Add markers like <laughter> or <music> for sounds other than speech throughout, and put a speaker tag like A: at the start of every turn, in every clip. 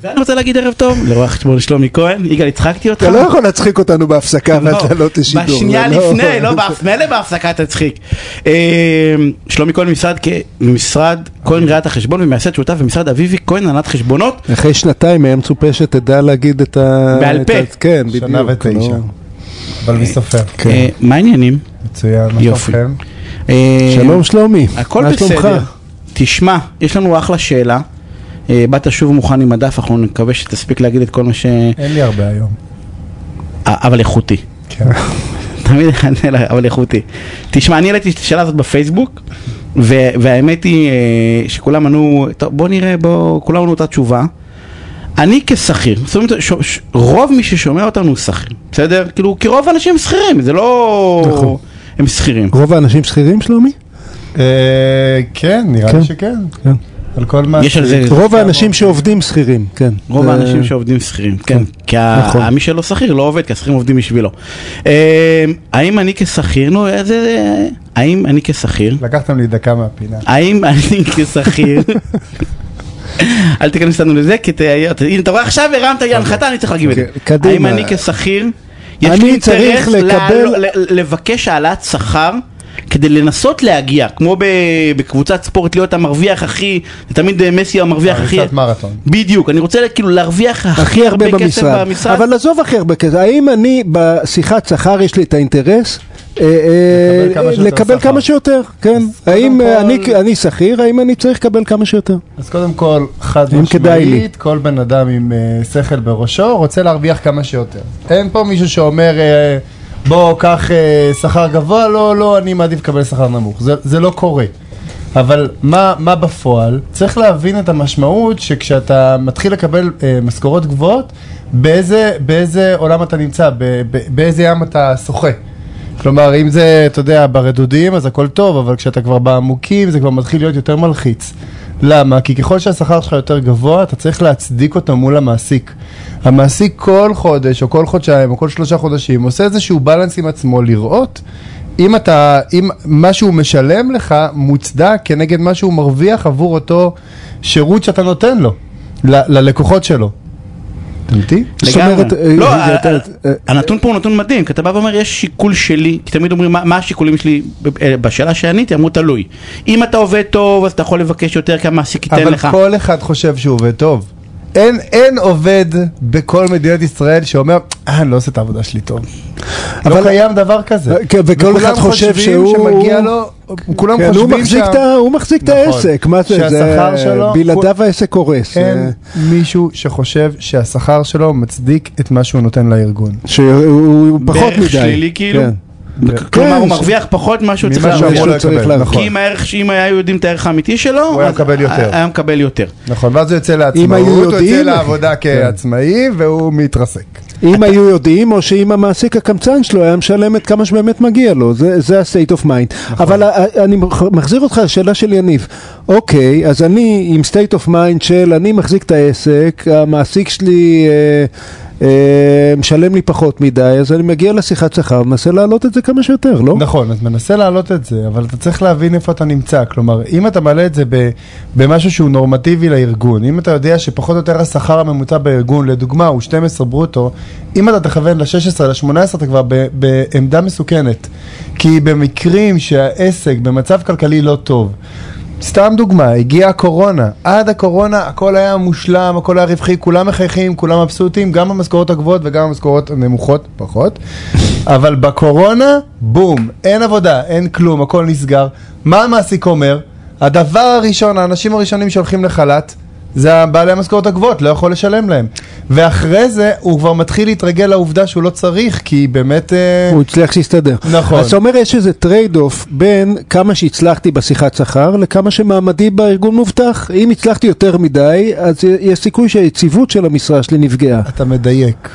A: ואני רוצה להגיד ערב טוב לרואה חשבון שלומי כהן, יגאל הצחקתי אותך?
B: אתה לא יכול להצחיק אותנו בהפסקה ואז
A: לא,
B: לעלות לשידור. זה
A: בשנייה
B: לא-
A: לפני, לא, בהפ- מילא בהפסקה תצחיק. אה, שלומי כהן משרד כ- משרד כהן ראיית החשבון ומייסד שותף במשרד אביבי כהן הנהלת חשבונות.
B: אחרי שנתיים היה מצופה שתדע להגיד את ה...
A: בעל
B: את
A: פה.
B: ה- כן, בדיוק.
C: שנה ותשע.
B: לא.
C: אבל מי סופר?
B: כן.
A: אה, מה העניינים?
C: מצוין, מה
A: יופי.
C: שלומכם?
A: אה,
B: שלום שלומי,
A: הכל
B: מה שלומך?
A: בסדר. תשמע, יש לנו אחלה שאלה. אה, באת שוב מוכן עם הדף, אנחנו נקווה שתספיק להגיד את כל מה ש...
C: אין לי הרבה היום.
A: אה, אבל איכותי.
C: כן.
A: תמיד אענה לה, אבל איכותי. תשמע, אני העליתי את השאלה הזאת בפייסבוק, ו- והאמת היא אה, שכולם ענו, טוב, בוא נראה, בוא, כולם ענו אותה תשובה. אני כשכיר, זאת אומרת, ש- ש- רוב מי ששומע אותנו הוא שכיר, בסדר? כאילו, כי רוב האנשים הם שכירים, זה
B: נכון.
A: לא... הם שכירים.
B: רוב האנשים שכירים שלומי?
C: אה, כן, נראה
B: כן.
C: לי שכן.
B: כן.
C: על כל מה...
A: יש על זה-
C: שכמה-
B: רוב האנשים שעובדים שכירים, כן.
A: רוב
B: זה-
A: האנשים שעובדים שכירים, כן. כי ה-
B: נכון.
A: מי שלא שכיר לא עובד, כי השכירים עובדים בשבילו. אה, האם אני כשכיר, נו, איזה... האם אני כשכיר,
C: לקחתם לי דקה מהפינה.
A: האם אני כשכיר, אל תיכנס לנו לזה, כי תהיות, הנה אתה רואה עכשיו הרמת לי הנחתה, אני צריך להגיד את זה.
B: אוקיי, קדימה.
A: האם אני כשכיר, יש
B: אני
A: לי אינטרס
B: צריך לקבל-
A: לעל- ל- לבקש העלאת שכר. כדי לנסות להגיע, כמו ב- בקבוצת ספורט להיות המרוויח הכי, זה תמיד אה, מסי הוא המרוויח הכי,
C: הריצת מרתון.
A: בדיוק, אני רוצה כאילו להרוויח
B: הכי הרבה
A: כסף
B: במשרד.
A: במשרד.
B: אבל עזוב הכי הרבה כסף, האם אני בשיחת שכר יש לי את האינטרס? אה, אה,
C: לקבל כמה שיותר
B: לקבל
C: שכר.
B: כמה שיותר, כן. האם אה, אני- אני שכיר, האם אני צריך לקבל כמה שיותר?
C: אז קודם כל, חד
B: אם כדאי לי.
C: משמעית, כל בן אדם עם אה, שכל בראשו רוצה להרוויח כמה שיותר. אין פה מישהו שאומר, אה, בוא, קח אה, שכר גבוה, לא, לא, אני מעדיף לקבל שכר נמוך. זה- זה לא קורה. אבל מה, מה בפועל? צריך להבין את המשמעות שכשאתה מתחיל לקבל אה, משכורות גבוהות, באיזה, באיזה עולם אתה נמצא, ב, ב, באיזה ים אתה שוחה. כלומר, אם זה, אתה יודע, ברדודים, אז הכל טוב, אבל כשאתה כבר בעמוקים, זה כבר מתחיל להיות יותר מלחיץ. למה? כי ככל שהשכר שלך יותר גבוה, אתה צריך להצדיק אותו מול המעסיק. המעסיק כל חודש, או כל חודשיים, או כל שלושה חודשים, עושה איזשהו בלנס עם עצמו לראות אם אתה, אם מה שהוא משלם לך מוצדק כנגד מה שהוא מרוויח עבור אותו שירות שאתה נותן לו, ל- ללקוחות שלו. אתה איתי?
B: זאת
A: לגמרי.
B: אומרת, אה,
A: לא,
B: רגע,
A: ה-
B: אתה-
A: ה-
B: אה,
A: הנתון פה הוא נתון מדהים, כי אתה בא ואומר, יש שיקול שלי, כי תמיד אומרים, מה מה השיקולים שלי, ב- אה, בשאלה שעניתי, אמרו תלוי. אם אתה עובד טוב, אז אתה יכול לבקש יותר, כי המעסיק ייתן
C: אבל
A: לך.
C: כל אחד חושב שהוא עובד טוב. אין, אין עובד בכל מדינת ישראל שאומר, אה, אני לא עושה את העבודה שלי טוב.
B: אבל-
C: לא קיים דבר כזה.
B: אה, כן, וכל
C: וכולם
B: אחד חושב
C: חושבים
B: שהוא-
C: שמגיע לו, כולם
B: כן, הוא
C: חושבים
B: מחזיק
C: שה-
B: את ה- הוא מחזיק את
C: נכון.
B: העסק, מה זה,
C: שהשכר
B: זה-
C: שלו- כן.
B: בלעדיו העסק קורס. אה,
C: אין מישהו שחושב שהשכר שלו מצדיק את מה שהוא נותן לארגון.
B: שהוא הוא פחות
A: בערך
B: מדי.
A: שלילי, כאילו?
B: כן.
A: כלומר,
B: כן,
A: הוא
B: ש-
A: מרוויח פחות ממה שהוא צריך
C: ממה
A: להרוויח.
C: שאמרו לו
B: שהוא צריך
C: לקבל.
B: לעשות.
A: כי אם הערך, ש- אם היה יודעים את הערך האמיתי שלו,
C: הוא היה
A: אז
C: מקבל יותר.
A: היה מקבל יותר.
C: נכון, ואז הוא יוצא לעצמאות,
B: היו
C: הוא יוצא
B: יודעים- כן.
C: לעבודה כעצמאי, והוא מתרסק.
B: אם היו יודעים, או שאם המעסיק הקמצן שלו היה משלם את כמה שבאמת מגיע לו, זה, זה ה-state of mind. אבל ה- ה- אני מח- מחזיר אותך לשאלה של יניב. אוקיי, אז אני עם state of mind של אני מחזיק את העסק, המעסיק שלי אה, אה, משלם לי פחות מדי, אז אני מגיע לשיחת שכר, מנסה להעלות את זה כמה שיותר, לא?
C: נכון, אז מנסה להעלות את זה, אבל אתה צריך להבין איפה אתה נמצא. כלומר, אם אתה מעלה את זה ב- במשהו שהוא נורמטיבי לארגון, אם אתה יודע שפחות או יותר השכר הממוצע בארגון, לדוגמה, הוא 12 ברוטו, אם אתה תכוון ל-16, ל-18, אתה כבר ב- בעמדה מסוכנת. כי במקרים שהעסק במצב כלכלי לא טוב, סתם דוגמה, הגיעה הקורונה, עד הקורונה הכל היה מושלם, הכל היה רווחי, כולם מחייכים, כולם מבסוטים, גם המשכורות הגבוהות וגם המשכורות הנמוכות, פחות, אבל בקורונה, בום, אין עבודה, אין כלום, הכל נסגר. מה המעסיק אומר? הדבר הראשון, האנשים הראשונים שהולכים לחל"ת, זה בעלי המשכורות הגבוהות, לא יכול לשלם להם. ואחרי זה, הוא כבר מתחיל להתרגל לעובדה שהוא לא צריך, כי באמת... אה,
B: הוא הצליח להסתדר.
C: נכון.
B: אז אתה אומר יש איזה טרייד אוף בין כמה שהצלחתי בשיחת שכר לכמה שמעמדי בארגון מובטח. אם הצלחתי יותר מדי, אז יש סיכוי שהיציבות של המשרה שלי נפגעה.
C: אתה מדייק.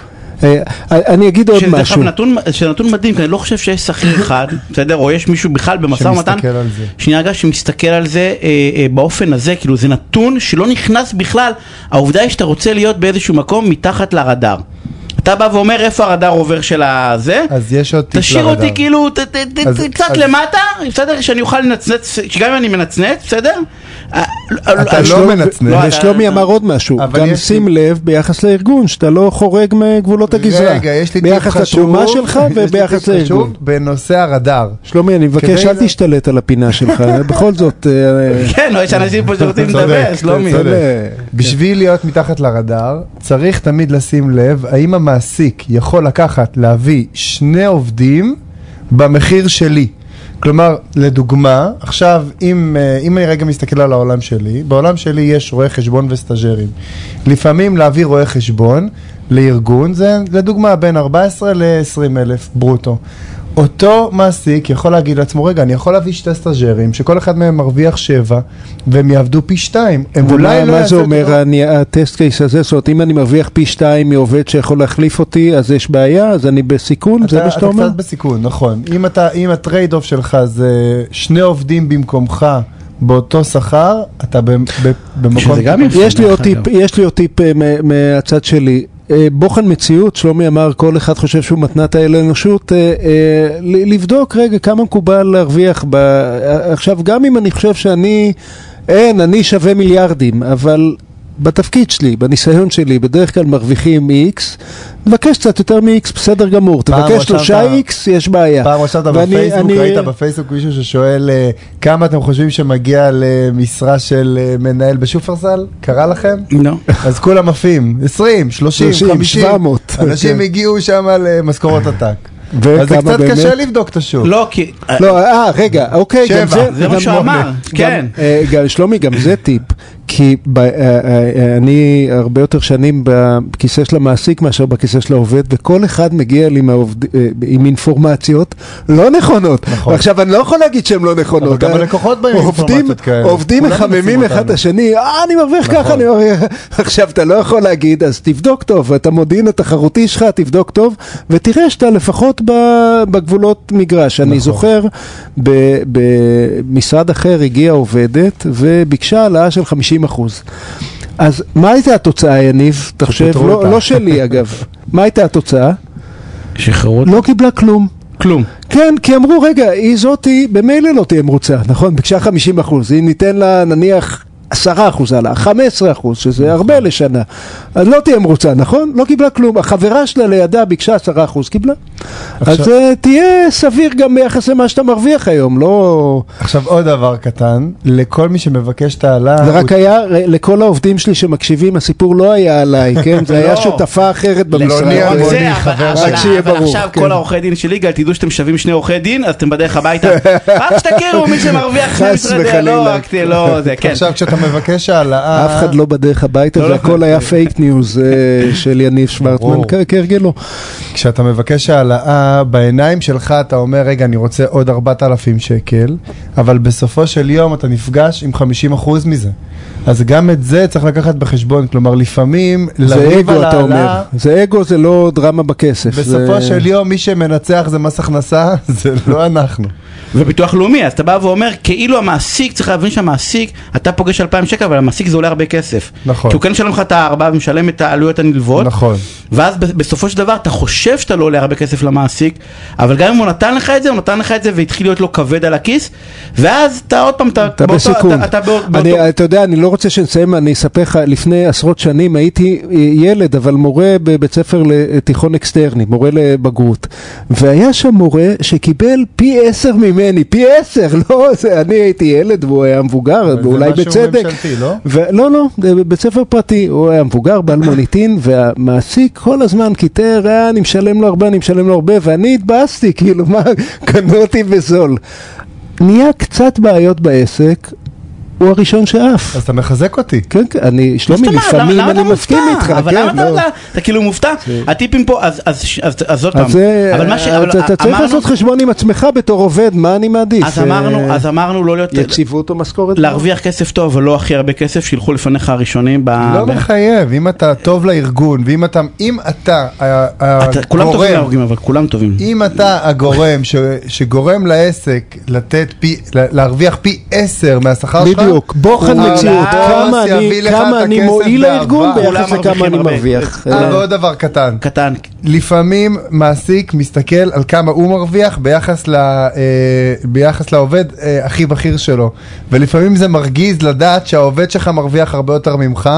B: אה, אני אגיד עוד
A: שזה דרך
B: משהו.
A: אגב נתון- שזה נתון מדהים, כי אני לא חושב שיש שכיר אחד, בסדר? או יש מישהו בכלל במשא ומתן,
C: שמסתכל על זה.
A: שנייה רגע, שמסתכל על זה אה, אה, באופן הזה, כאילו זה נתון שלא נכנס בכלל, העובדה היא שאתה רוצה להיות באיזשהו מקום מתחת לרדאר. אתה בא ואומר איפה הרדאר עובר של הזה,
C: אז יש עוד טיפ
A: תשאיר
C: לרדאר.
A: אותי כאילו ת- ת- ת-
C: אז-
A: קצת
C: אז-
A: למטה, בסדר? שאני אוכל לנצנץ, שגם אם אני מנצנץ, בסדר? אה,
C: אתה לא
B: ושלומי-
C: מנצנץ.
A: לא, אתה-
B: ושלומי
A: אתה-
B: אמר עוד משהו,
C: אבל
B: גם
C: יש לי-
B: שים לב ביחס לארגון, שאתה לא חורג מגבולות הגזרה.
C: רגע, יש לי טיפ חשוב.
B: ביחס לתרומה שלך
C: <laughs> יש לי טיפ
B: וביחס
C: חשוב
B: לארגון.
C: בנושא הרדאר.
B: שלומי, אני מבקש,
C: כדי
B: אל
C: ל-
B: תשתלט על הפינה
C: <laughs>
B: שלך, בכל זאת, אה,
A: כן, יש אנשים פה שרוצים לדבר, שלומי.
C: צודק.
B: צודק.
C: בשביל להיות מתחת לרדאר, צריך תמיד לשים לב האם המעסיק יכול לקחת, להביא שני עובדים במחיר שלי. כלומר, לדוגמה, עכשיו, אם, אה, אם אני רגע מסתכל על העולם שלי, בעולם שלי יש רואי חשבון וסטאג'רים. לפעמים להביא רואה חשבון לארגון זה, לדוגמה, בין 14 ל-20 אלף ברוטו. אותו מעסיק יכול להגיד לעצמו, רגע, אני יכול להביא שתי סטאג'רים, שכל אחד מהם מרוויח שבע, והם יעבדו פי שתיים. הם אולי
B: ומה
C: לא
B: מה זה
C: יעשו את אותו-
B: אומר אני- הטסט קייס הזה? זאת אומרת, אם אני מרוויח פי שתיים מעובד שיכול להחליף אותי, אז יש בעיה, אז אני בסיכון? זה
C: אתה,
B: מה שאתה אומר?
C: אתה קצת בסיכון, נכון. אם, אתה, אם הטרייד אוף שלך זה שני עובדים במקומך באותו שכר, אתה ב, ב, במקום...
A: שזה גם יפה.
B: יש לי עוד
A: דרך
B: טיפ,
A: אגב.
B: יש לי עוד טיפ אה, מ- מהצד שלי. אה, בוחן מציאות, שלומי אמר, כל אחד חושב שהוא מתנת האל האנושות, אה, אה, ל- לבדוק רגע כמה מקובל להרוויח. ב... אה, עכשיו, גם אם אני חושב שאני, אין, אני שווה מיליארדים, אבל בתפקיד שלי, בניסיון שלי, בדרך כלל מרוויחים X, תבקש קצת יותר מ-X, בסדר גמור.
C: פעם
B: תבקש
C: רשמת-
B: שלושה X, יש בעיה.
C: פעם רשמת
B: ואני-
C: בפייסבוק,
B: אני-
C: ראית בפייסבוק מישהו ששואל אה, כמה אתם חושבים שמגיע למשרה של אה, מנהל בשופרסל? קרה
B: <laughs>
C: לכם?
A: לא.
C: אז כולם עפים, 20, 30,
B: 30,
C: 50,
B: 700,
C: אנשים
B: כן.
C: הגיעו שם למשכורות עתק. אז זה
B: וכמה
C: קצת
B: באמת?
C: קשה לבדוק את השוק.
A: לא, כי...
B: לא, אה, רגע, אוקיי, גם
C: שבע,
B: זה...
A: זה מה
B: גם-
A: שהוא אמר,
B: גם-
A: כן.
B: אה, גם- שלומי, גם זה טיפ, כי ב- אה, אה, אה, אני הרבה יותר שנים בכיסא של המעסיק מאשר בכיסא של העובד, וכל אחד מגיע לי עם העובד- אה, עם אינפורמציות לא נכונות.
C: נכון.
B: ועכשיו, אני לא יכול להגיד שהן לא
C: אבל
B: נכונות.
C: גם
B: אה,
C: הלקוחות באים עם
B: עובדים-
C: אינפורמציות כאלה.
B: עובדים
C: כולם מנסים
B: מחממים אחד את
C: אותנו.
B: השני, אה, אני מרוויח
C: נכון.
B: ככה, אני מרוויח... עכשיו, אתה לא יכול להגיד, אז תבדוק טוב, את המודיעין התחרותי שלך, תבדוק טוב, ותראה שאתה לפחות ב- בגבולות מגרש.
C: נכון.
B: אני זוכר, ב- במשרד אחר הגיעה עובדת וביקשה העלאה של 50 אחוז. אז מה הייתה התוצאה, יניב? אתה חושב?
C: שפיטרו
B: לא
C: אותה.
B: לא שלי, אגב. מה הייתה התוצאה?
A: שחררו
B: לא קיבלה כלום.
A: כלום.
B: כן, כי אמרו, רגע, היא זאתי במילא לא תהיה מרוצה, נכון? ביקשה 50 אחוז, אם ניתן לה נניח 10 אחוז עלה, 15 אחוז, שזה
A: נכון.
B: הרבה לשנה, אז לא תהיה מרוצה, נכון? לא קיבלה כלום. החברה שלה לידה ביקשה 10 אחוז, קיבלה.
C: עכשיו-
B: אז אה, תהיה סביר גם ביחס למה שאתה מרוויח היום, לא...
C: עכשיו עוד דבר קטן, לכל מי שמבקש את ההעלאה,
B: זה
C: הוא
B: רק
A: אה,
B: היה, ר- לכל העובדים שלי שמקשיבים, הסיפור לא היה
A: <laughs>
B: עליי, כן? זה היה
A: לא.
B: שותפה אחרת במשרד.
C: אלמוני,
A: זה, אבל-
C: לא חבר
A: אבל-
C: שלי.
B: רק שיהיה
A: אבל
B: ברור,
A: עכשיו
B: כן.
A: כל העורכי דין של ליגה, תדעו שאתם שווים שני עורכי דין, אז אתם בדרך הביתה. רק שתכירו מי שמרוויח שני
B: חס
A: משרדי,
B: וחלילה.
A: לא רק, לא, זה, כן.
C: עכשיו כשאתה מבקש העלאה,
B: אף אחד לא בדרך הביתה,
A: לא,
B: זה
A: לא.
B: הכל היה פייק ניוז אה, של יניב שוורטמן,
C: ברור.
B: כ- כהרגלו.
C: כשאתה מבקש העלאה, בעיניים שלך אתה אומר, רגע, אני רוצה עוד 4,000 שקל, אבל בסופו של יום אתה נפגש עם 50% מזה. אז גם את זה צריך לקחת בחשבון, כלומר לפעמים
B: זה
C: לריב
B: אגו,
C: על
B: אתה
C: העלאה,
B: אומר. זה אגו, זה לא דרמה בכסף.
C: בסופו
B: זה-
C: של יום מי שמנצח זה מס הכנסה, <laughs> זה לא אנחנו.
A: וביטוח לאומי, אז אתה בא ואומר, כאילו המעסיק, צריך להבין שהמעסיק, אתה פוגש 2,000 שקל, אבל המעסיק זה עולה הרבה כסף.
C: נכון.
A: כי הוא כן משלם לך את הארבע ומשלם את העלויות הנלוות.
C: נכון.
A: ואז ב- בסופו של דבר אתה חושב שאתה לא עולה הרבה כסף למעסיק, אבל גם אם הוא נתן לך את זה, הוא נתן לך את זה והתחיל להיות לו כבד על הכיס, ואז אתה עוד פעם, אתה,
B: אתה
A: באותו-
B: בסיכון.
A: אתה, אתה באותו,
B: אני, אתה יודע, אני לא רוצה שנסיים, אני אספר לך, לפני עשרות שנים הייתי אה, ילד, אבל מורה בבית ספר לתיכון אקסטרני, מורה לבגרות. והיה שם מורה שקיבל פי עשר ממני, פי עשר, <laughs> לא, זה, אני הייתי ילד והוא היה מבוגר,
C: אבל זה
B: ואולי
C: משהו
B: בצדק.
C: ממשלתי, לא?
B: ו- לא, לא, זה בבית ספר פרטי, הוא היה מבוגר, בעל מוניטין, <laughs> והמעסיק כל הזמן קיטר, אה, אני משלם לו הרבה, אני משלם לו הרבה, ואני התבאסתי, כאילו, מה, <laughs> קנו אותי בזול. נהיה קצת בעיות בעסק, הוא הראשון שעף.
C: אז אתה מחזק אותי.
B: כן, כן, אני,
A: מה זאת
B: שלומי,
A: אומרת?
B: לפעמים
A: למה אתה
B: אני
A: מופתע?
B: מסכים איתך,
A: אבל
B: כן,
A: למה אתה-
B: לא. כן.
A: אתה- אתה כאילו מופתע? הטיפים פה, אז- אז ש- אז- אז עוד פעם.
B: אז זה,
A: אבל מה ש- אבל
B: אתה- אתה צריך
A: אמרנו-
B: לעשות חשבון עם עצמך בתור עובד, מה אני מעדיף?
A: אז אמרנו,
B: אה,
A: אז אמרנו לא להיות,
B: יציבות או משכורת?
A: להרוויח כסף טוב, אבל לא הכי הרבה כסף, שילכו לפניך הראשונים. ב-
C: לא
A: ב-
B: נכון.
C: מחייב, אם אתה טוב לארגון, ואם אתה, אם אתה, ה- ה-
A: אתה- כולם טובים
C: הגורם-
A: להרוגים, אבל כולם טובים.
C: אם אתה הגורם ש, שגורם לעסק לתת פי, לה- להרוויח פי עשר מהשכר שלך,
B: בדיוק, בוחן
C: אולם
B: מציאות,
C: הבוס
B: כמה אני-
C: יביא לך
B: כמה
C: את
B: אני
C: הכסף
B: מועיל
C: באהבה.
B: לארגון
C: כולם
B: ביחס לכמה
A: מרוויחים
B: אני
A: לא הרבה.
B: מרוויח.
C: אה,
B: אלא-
C: ועוד דבר קטן.
A: קטן.
C: לפעמים מעסיק מסתכל על כמה הוא מרוויח ביחס, ל, אה, ביחס לעובד אה, הכי בכיר שלו. ולפעמים זה מרגיז לדעת שהעובד שלך מרוויח הרבה יותר ממך,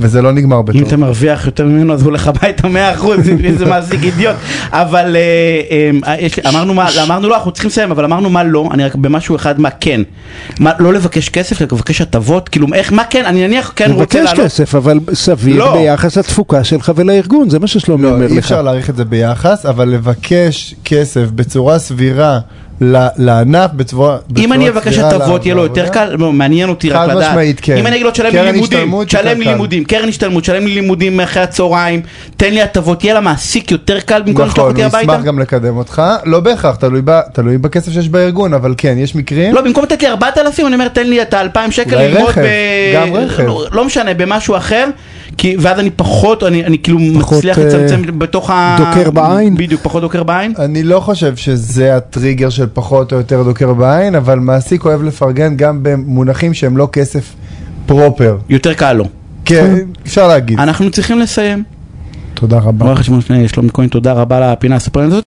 C: וזה לא נגמר
A: אם
C: בטוב.
A: אתה מרוויח יותר ממנו אז הוא לך הביתה 100% <laughs> זה מעסיק אידיוט אבל אה, אה, יש לי- אמרנו מה אמרנו לא אנחנו צריכים לסיים אבל אמרנו מה לא אני רק במשהו אחד מה כן מה לא לבקש כסף אלא לבקש הטבות כאילו איך מה כן אני נניח כן רוצה
B: מבקש
A: לעלות
B: כסף, אבל סביר
A: לא.
B: ביחס לתפוקה שלך ולארגון, זה מה ששלומי
C: לא,
B: אומר
C: אי
B: לך.
C: אפשר להעריך את זה ביחס, אבל לבקש כסף בצורה סבירה ל- לענף, בצורה בצורה
A: אם אני אבקש
C: סבירה
A: הטבות יהיה לו
C: לעבודה.
A: יותר קל, לא, מעניין אותי רק
C: חד
A: לדעת.
C: משמעית, כן.
A: אם אני אגיד לו תשלם
C: קרן
A: לי לימודים,
C: השתלמות,
A: תשלם
C: יותר
A: לי
C: קל.
A: לימודים, קרן השתלמות, תשלם לי לימודים אחרי הצהריים, תן לי הטבות, יהיה למעסיק יותר קל במקום לשלוח
C: נכון,
A: אותי
C: הוא
A: הביתה.
C: ישמח גם לקדם אותך, לא בהכרח, תלוי ב- תלוי בכסף שיש בארגון, אבל כן, יש מקרים.
A: לא, במקום לתת לי 4,000, אני אומר, תן לי את ה-2,000 שקל
C: אולי
A: ללמוד
C: רכב,
A: ב...
C: גם רכב.
A: לא- לא משנה, במשהו אחר, כי ואז אני פחות, אני אני כאילו
B: פחות,
A: מצליח
B: אה,
A: לצמצם בתוך ה...
B: דוקר בעין.
A: בדיוק, פחות דוקר בעין.
C: אני לא חושב שזה הטריגר של פחות או יותר דוקר בעין, אבל מעסיק אוהב לפרגן גם במונחים שהם לא כסף פרופר.
A: יותר קל לו. <laughs>
C: כן, אפשר להגיד.
A: אנחנו צריכים לסיים.
C: תודה רבה.
A: רואה חשבון שלומי כהן, תודה רבה על הפינה הסופרנית הזאת.